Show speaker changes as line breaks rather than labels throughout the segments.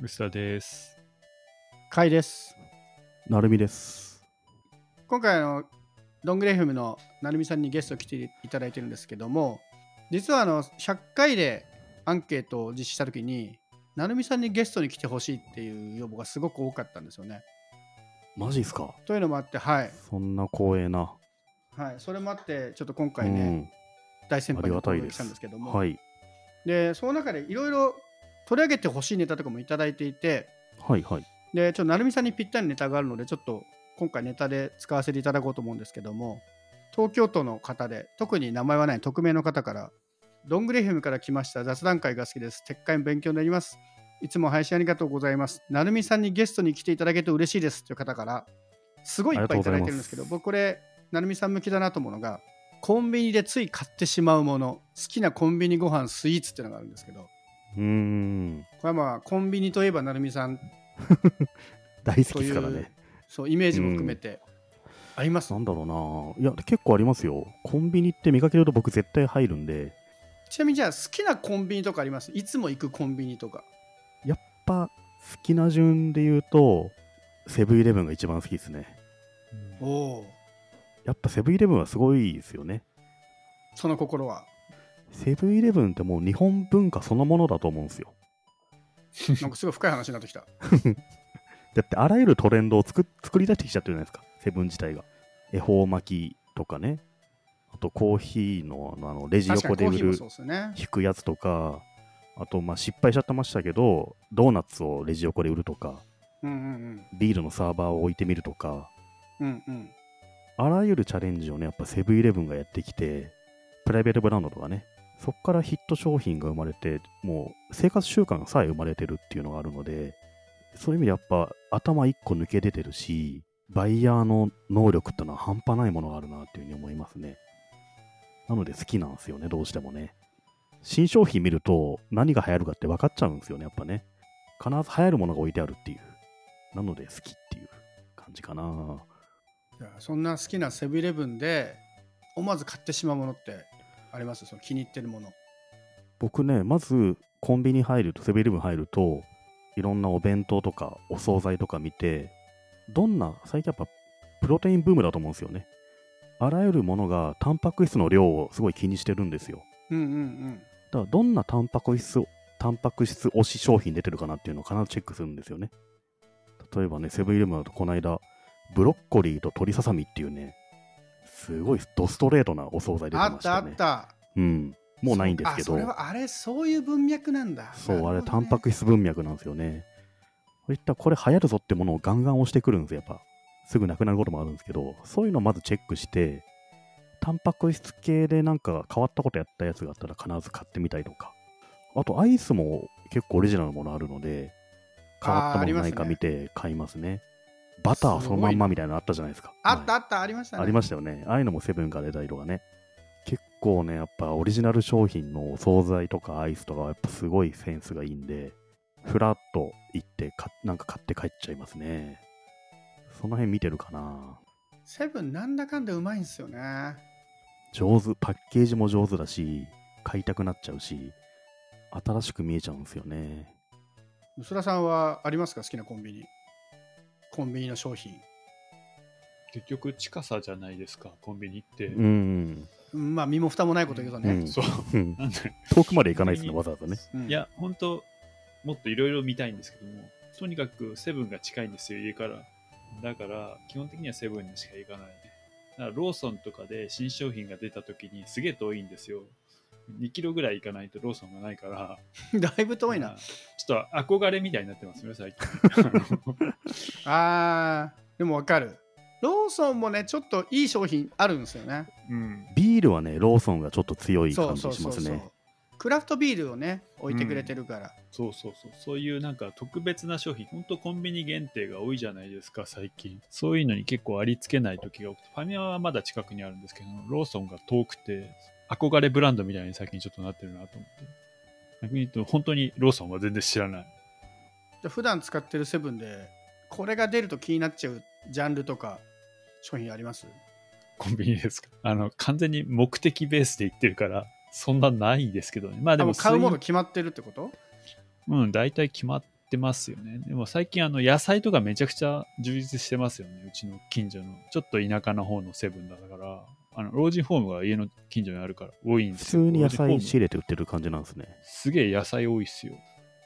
うすらです。
かいです
なるみです。
今回あのドングレフムのなるみさんにゲスト来ていただいてるんですけども実はあの100回でアンケートを実施した時になるみさんにゲストに来てほしいっていう要望がすごく多かったんですよね。
マジっすか
というのもあってはい、
そんな光栄な。
はい、それもあってちょっと今回ね、大先
うん、
輩
あり
に
が
お
たい
届
で
けしたんですすけど。も、
はい。
でその中でいろいろ取り上げてほしいネタとかもいただいていて
はいはい。
でちょっと成美さんにぴったりネタがあるのでちょっと今回ネタで使わせていただこうと思うんですけども東京都の方で特に名前はない匿名の方から「どんぐり FM から来ました雑談会が好きです撤回も勉強になりますいつも配信ありがとうございます成美さんにゲストに来ていただけて嬉しいです」という方からすごいいっぱいいただいてるんですけど
ありがとう
僕これ成美さん向きだなと思うのがコンビニでつい買ってしまうもの好きなコンビニご飯スイーツっていうのがあるんですけど
うーん。
これはまあコンビニといえば成美さん
大好きですからね。
そうイメージも含めてあります、
なんだろうな。いや、結構ありますよ。コンビニって見かけると僕絶対入るんで、
ちなみにじゃあ好きなコンビニとかありますいつも行くコンビニとか
やっぱ好きな順で言うと、セブンイレブンが一番好きですね。
おお
やっぱセブンイレブンはすごいですよね。
その心 は
セブンイレブンってもう日本文化そのものだと思うんですよ。
なんかすごい深い話になってき た
だってあらゆるトレンドを作っ作り出してきちゃってるじゃないですか、セブン自体が。恵方巻きとかね、あとコーヒーのあのあのレジ
確かに
横
コー
で売
ヒーも
る
そうですよね
引くやつとか、あとまあ失敗しちゃってましたけど、ドーナツをレジ横で売るとか、
うんうん
ビールのサーバーを置いてみるとか、
うんうんうん
あらゆるチャレンジをね、やっぱセブンイレブンがやってきて、プライベートブランドとかね、そこからヒット商品が生まれて、もう生活習慣さえ生まれてるっていうのがあるので、そういう意味でやっぱ頭一個抜け出てるし、バイヤーの能力ってのは半端ないものがあるなっていうふうに思いますね。なので好きなんですよね、どうしてもね。新商品見ると何が流行るかって分かっちゃうんですよね、やっぱね。必ず流行るものが置いてあるっていう。なので好きっていう感じかな。
じゃあそんな好きなセブンイレブンで思わず買ってしまうものってありますその気に入ってるもの
僕ねまずコンビニ入るとセブンイレブン入るといろんなお弁当とかお惣菜とか見てどんな最近やっぱプロテインブームだと思うんですよねあらゆるものがタンパク質の量をすごい気にしてるんですよ
うんうんうん
だからどんなタンパク質をタンパク質推し商品出てるかなっていうのを必ずチェックするんですよね例えばねセブンイレブンだとこの間ブロッコリーと鶏ささみっていうねすごいドストレートなお惣菜出て
あ
ま
っ
した
あ
た
っ
ね
た
うんもうないんですけど
そうあそれはあれそういう文脈なんだ
そう、あれ、タンパ
ク
ク質文脈なんですよね。こういったこれ流行るぞってものをガンガン押してくるんですよ、やっぱ。すぐなくなることもあるんですけど、そういうのをまずチェックして、タンパク質系でなんか変わったことやったやつがあったら必ず買ってみたりとか。あと、アイスも結構オリジナルのものあるので、変わったものないか見て買いますね。バターそのまんまみたいなのあったじゃないですか。
あった
前
あったありましたね
ありましたよね。ああいうのもセブンから出たりとかね。結構ね、やっぱオリジナル商品のお惣菜とかアイスとかはやっぱすごいセンスがいいんで、ふらっと行ってか、なんか買って帰っちゃいますね。その辺見てるかな。
セブンなんだかんだうまいんですよね
上手、パッケージも上手だし、買いたくなっちゃうし、新しく見えちゃうんですよね。
薄田さんはありますか好きなコンビニコンビニの商品
結局、近さじゃないですか、コンビニって。
うん。
うんまあ身も蓋もないこと言うと
う
ね
ん
そう。
うん
なんで
遠くまで行かないですね、わざわざね。
うん
いや、本当もっといろいろ見たいんですけども、とにかくセブンが近いんですよ、家から。だから、基本的にはセブンにしか行かないね。だからローソンとかで新商品が出た時にすげえ遠いんですよ。2キロぐらい行かないとローソンがないから、
だいぶ遠い
まあ
な
ちょっと憧れみたいになってますね、最近。
あーでもわかるローソンもねちょっといい商品あるんですよね
うん。
ビールはね、ローソンがちょっと強い
そ
感
う
じ
そうそ
しま
う
す
そう
ね。
クラフトビールをね置いてくれてるから、
そうそうそう。そういうなんか特別な商品、ほんとコンビニ限定が多いじゃないですか、最近。そういうのに結構ありつけない時が多くて、ファミマはまだ近くにあるんですけど、ローソンが遠くて、憧れブランドみたいに最近ちょっとなってるなと思って。逆に言うと、本当にローソンは全然知らない。
じゃあ普段使ってるセブンでこれが出ると気になっちゃうジャンルとか商品あります
コンビニですか。あの、完全に目的ベースで行ってるから、そんなないですけどね。まあ
で
で
も
も、
買うも
ス
の
イ
決まってるってこと
うん、大体決まっってますよね。でも最近あの野菜とかめちゃくちゃ充実してますよね。うちの近所の。ちょっと田舎の方のセブンだから、あの、老人ホームが家の近所にあるから多いんで
普
す
通
よ。
に野
老人ホー
菜
ム
仕入れて売ってる感じなんですね。
すげえ野菜多いっすよ。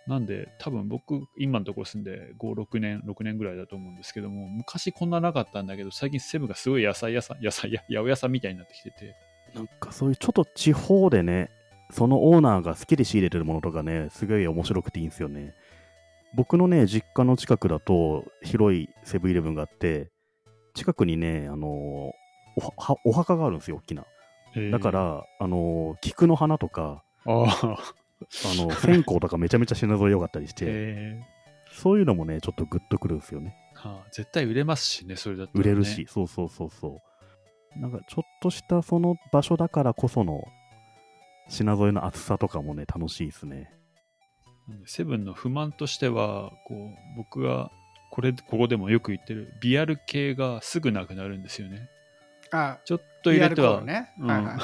なんで、多分僕、今のところ住んで5、6年、6年ぐらいだと思うんですけども、昔こんななかったんだけど、最近セブンがすごい野菜屋さん、野菜や、八百屋さんみたいになってきてて、
なんかそういうちょっと地方でね、そのオーナーが好きで仕入れてるものとかね、すごい面白くていいんですよね。僕のね、実家の近くだと広いセブンイレブンがあって、近くにね、あのーおはお墓があるんですよ、大きな。だか、ら、あのー菊の花とか、
ああ、
あの線香とかめちゃめちゃ品揃え良かったりして、
ええ
そういうのもね、ちょっとグッとくるんですよね。
はあ、絶対売れますしね、それだったら、
売
ね。
れるし、。そうそうそうそう。なんかちょっとしたその場所だからこその品添えの厚さとかもね、楽しいですね。
なんでセブンの不満としては、こう、僕が、これ、ここでもよく言ってる、ビアル系がすぐなくなるんですよね。
あ、
ちょっと入れて
PR コー
は、
ルね。
うん
はいはい。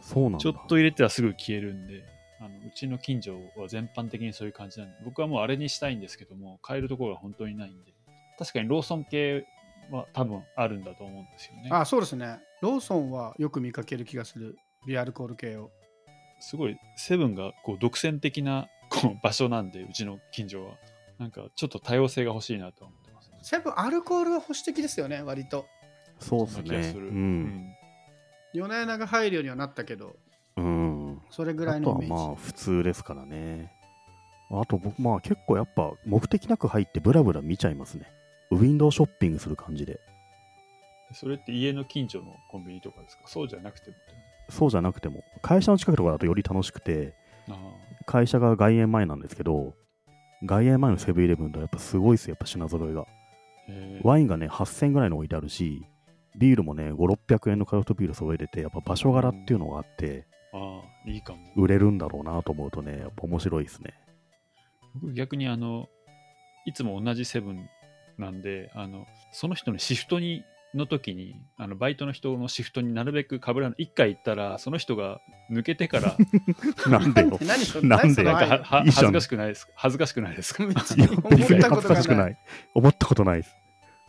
そうなんだ。
ちょっと入れてはすぐ消えるんで、あのうちの近所は全般的にそういう感じなんで、僕はもうあれにしたいんですけども、買えるところが本当にないんで、確かにローソン系は多分あるんだと思うんですよね。
あ、そうですね。ローソンはよく見かける気がする。ビアルコール系を。
すごい、セブンがこう独占的なこう場所なんで、うちの近所は。なんかちょっと多様性が欲しいなとは思ってます、
セブン、アルコールは保守的ですよね、割と。
そうです
んな気が
ね。
す
う
る。
ん。
夜な夜なが入るようにはなったけど、
うん。
それぐら
あ
い
と
の
は
イメージ。。
まあ、普通ですからね。あと僕、まあ結構やっぱ目的なく入ってブラブラ見ちゃいますね。ウィンドウショッピングする感じで。
それって家の近所のコンビニとかですかそうじゃなくてもってこ
そうじゃなくても、会社の近くとかだとより楽しくて、
とあ
会社が外苑前なんですけど、外苑前のセブンイレブンとやっぱすごいですよ、やっぱ品揃えが。
ーへー
ワインがね、8000ぐらいの置いてあるし、ビールもね、5、600円のクラフトビール揃えてて、やっぱ場所柄っていうのがあって、
あー、いいかも。
売れるんだろうなと思うとね、やっぱ面白い ですね。
僕逆にあのいつも同じセブンなんであのその人のシフトにの時にあのバイトの人のシフトになるべく被らない1回行ったらその人が抜けてから
なんでよ
何それ
なんで
何
なん
そ
か
れ
ははい
いじゃん
恥ずかしくないですか恥ずかしくないです か
別
いや
に
別に
思
恥
っ
ず
た
か
こ
し
と
く
がな。
ないい。思ったことないです。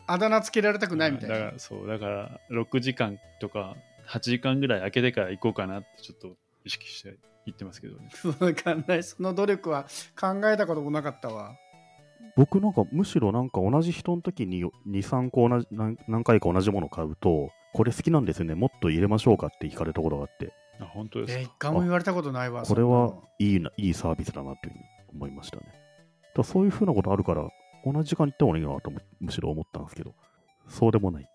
あだ名つけられたくないみたい
だ
な
か。らそうだから6時間とか8時間ぐらい空けてから行こうかなってちょっと意識して行ってますけどね
わかんない。 その努力は考えたこともなかったわ。
僕なんかむしろなんか同じ人の時に2、3個同じ何何回か同じもの買うと、これ好きなんですよね、もっと入れましょうかって聞かれたことがあって、
あ本当です
え、
か
一回も言われたことないわ。
これ
そんな
は
の
いいないいサービスだなというふうに思いましたね。だからそういうふうなことあるから、同じ時間に行った方がいいなともむしろ思ったんですけど、そうでもない。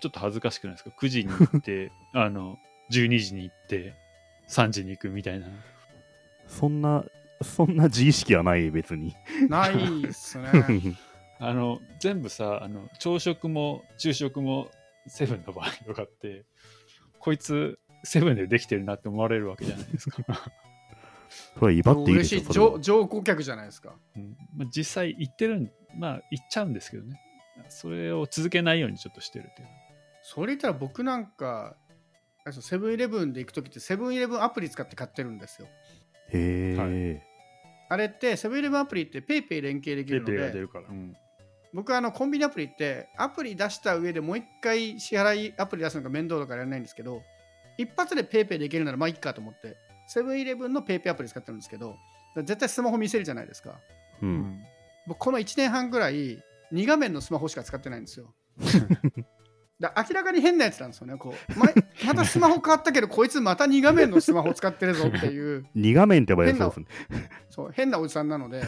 ちょっと恥ずかしくないですか9時に行って あの12時に行って3時に行くみたいな
そんな、 そんな自意識はない、別に。
ないっすね。
あの全部さあの朝食も昼食もセブンの場合とかってこいつセブンでできてるなって思われるわけじゃないです か、
それ は威張っていいで
嬉
し
し
ょ
い、
それは
上上顧客じゃないですか。
うんまあ、実際行ってるんまあ行っちゃうんですけどねそれを続けないようにちょっとしてるっていう
それ言ったら僕なんか、あれですよセブンイレブンで行くときって、セブンイレブンアプリ使って買ってるんですよ。
へー
あれって、セブンイレブンアプリってペイペイ連携できるので、
るから、
僕はあのコンビニアプリって、アプリ出した上でもう一回支払いアプリ出すのが面倒だからやらないんですけど、一発でペイペイできるならまあいいかと思って、セブンイレブンのペイペイアプリ使ってるんですけど、絶対スマホ見せるじゃないですか。
う
うん
ん。
僕この1年半ぐらい2画面のスマホしか使ってないんですよだ明らかに変なやつなんですよねこうままたスマホ変わったけどこいつまた2画面のスマホ使ってるぞっていう
2画面ってばやそうですね。
そう変なおじさんなので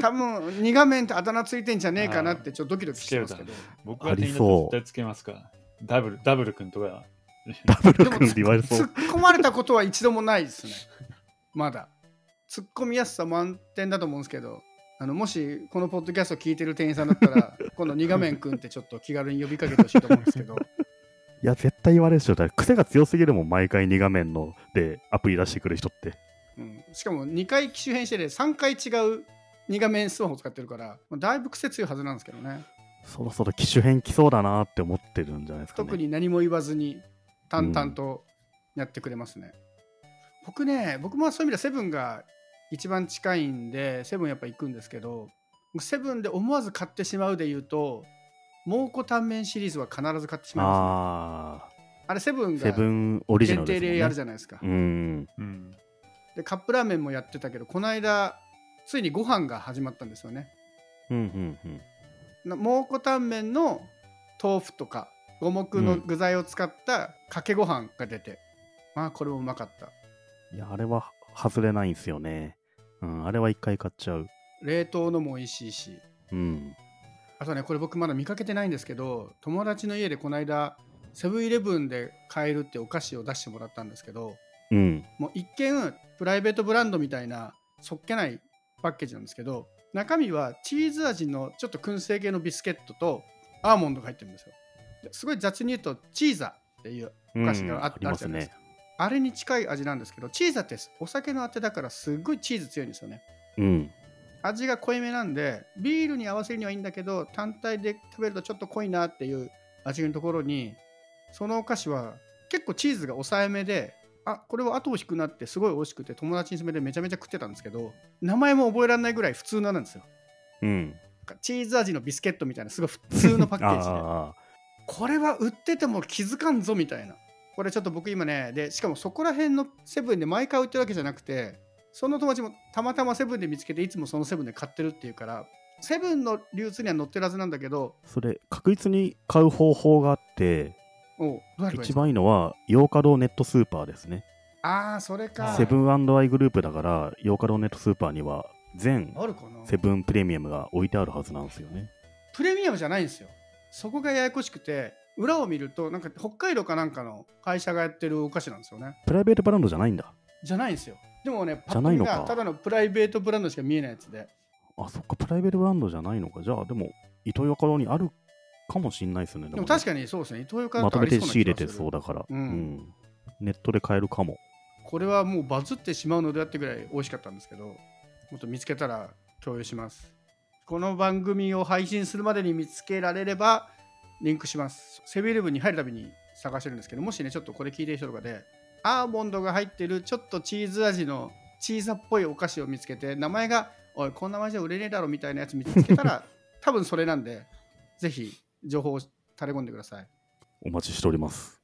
多分2画面ってあだ名ついてんじゃねえかなってちょっとドキドキしてますけど
僕が店員だと絶対つけますからダブルダブル君とか
ダブル
でも
君って言われ そ
突っ
う。
込まれたことは一度もないですねまだ突っ込みやすさ満点だと思うんですけどあのもしこのポッドキャストを聞いてる店員さんだった ら今度2画面くんってちょっと気軽に呼びかけてほしいと思うんですけど
いや、絶対言われるでしょ。だから癖が強すぎるもん、毎回2画面のでアプリ出してくる人って。
うん、しかも2回機種変してで3回違う2画面スマホ使ってるからまあだいぶ癖強いはずなんですけどね
そろそろ機種変来そうだなって思ってるんじゃないですか、ね。
特に何も言わずに淡々とやってくれますね、僕ね僕もそういう意味ではセブンが一番近いんでセブンやっぱ行くんですけどセブンで思わず買ってしまうで言うと蒙古タンメンシリーズは必ず買ってしまいま
あ
す、ね、あれセブン
あ、セ
が
ブンオリジナ
限定
ルですもん
で
ね。
やるじゃないですか
うん。
うん。
でカップラーメンもやってたけどこの間ついにご飯が始まったんですよね
うんうんうん。
な蒙古タンメンの豆腐とか五目の具材を使ったかけご飯が出て、まあこれもうまかった
いや、あれは外れないんですよね。うん、あれは一回買っちゃう。
冷凍のも美味しいし
うん。
あとねこれ僕まだ見かけてないんですけど友達の家でこの間セブンイレブンで買えるってお菓子を出してもらったんですけど
うん。
もう一見プライベートブランドみたいなそっけないパッケージなんですけど中身はチーズ味のちょっと燻製系のビスケットとアーモンドが入ってるんですよですごい雑に言うとチーザっていうお菓子があ,、
うんあり
る
ま
じゃ
す
ないです
ね
か。あれに近い味なんですけどチーザってお酒のあてだからすっごいチーズ強いんですよね
うん。
味が濃いめなんでビールに合わせるにはいいんだけど単体で食べるとちょっと濃いなっていう味のところにそのお菓子は結構チーズが抑えめであこれは後を引くなってすごい美味しくて友達に勧めてめちゃめちゃ食ってたんですけど名前も覚えられないぐらい普通のなんですよ
うん。
なんかチーズ味のビスケットみたいなすごい普通のパッケージで
あ
これは売ってても気づかんぞみたいなこれちょっと僕今ねでしかもそこら辺のセブンで毎回売ってるわけじゃなくてその友達もたまたまセブンで見つけていつもそのセブンで買ってるっていうからセブンの流通には載ってるはずなんだけど
あ、それ、確実に買う方法があって、
おうどうやればいい
一
の
番いいのは、ヨーカドーネットスーパーですね。
ああそれか
セブンアイグループだから、ヨーカドーネットスーパーには、全
あるかな
セブンプレミアムが置いてあるはずなんですよね。
プレミアムじゃないんですよそこがややこしくて裏を見るとなんか北海道かなんかの会社がやってるお菓子なんですよね
プライベートブランドじゃないんだ。
じゃないんですよでもねパ
じ
ッ
ゃ
と
ない
見
のか
がただのプライベートブランドしか見えないやつで
あ、そっか、プライベートブランドじゃないのか。じゃあ、でも、伊藤ヨーカドーにあるかもしんないですね。
でも確か
か
にそうですね伊東洋
まとめて仕入れてそうだから、
うん
うんネットで買えるかも。
これはもうバズってしまうのではってぐらい美味しかったんですけどもっと見つけたら共有しますこの番組を配信するまでに見つけられればリンクしますセブンイレブンに入るたびに探してるんですけどもしねちょっとこれ聞いてる人とかでアーモンドが入ってるちょっとチーズ味のチーズっぽいお菓子を見つけて名前がおいこんな名前じゃ売れねえだろみたいなやつ見つけたら多分それなんでぜひ情報を垂れ込んでください
お待ちしております。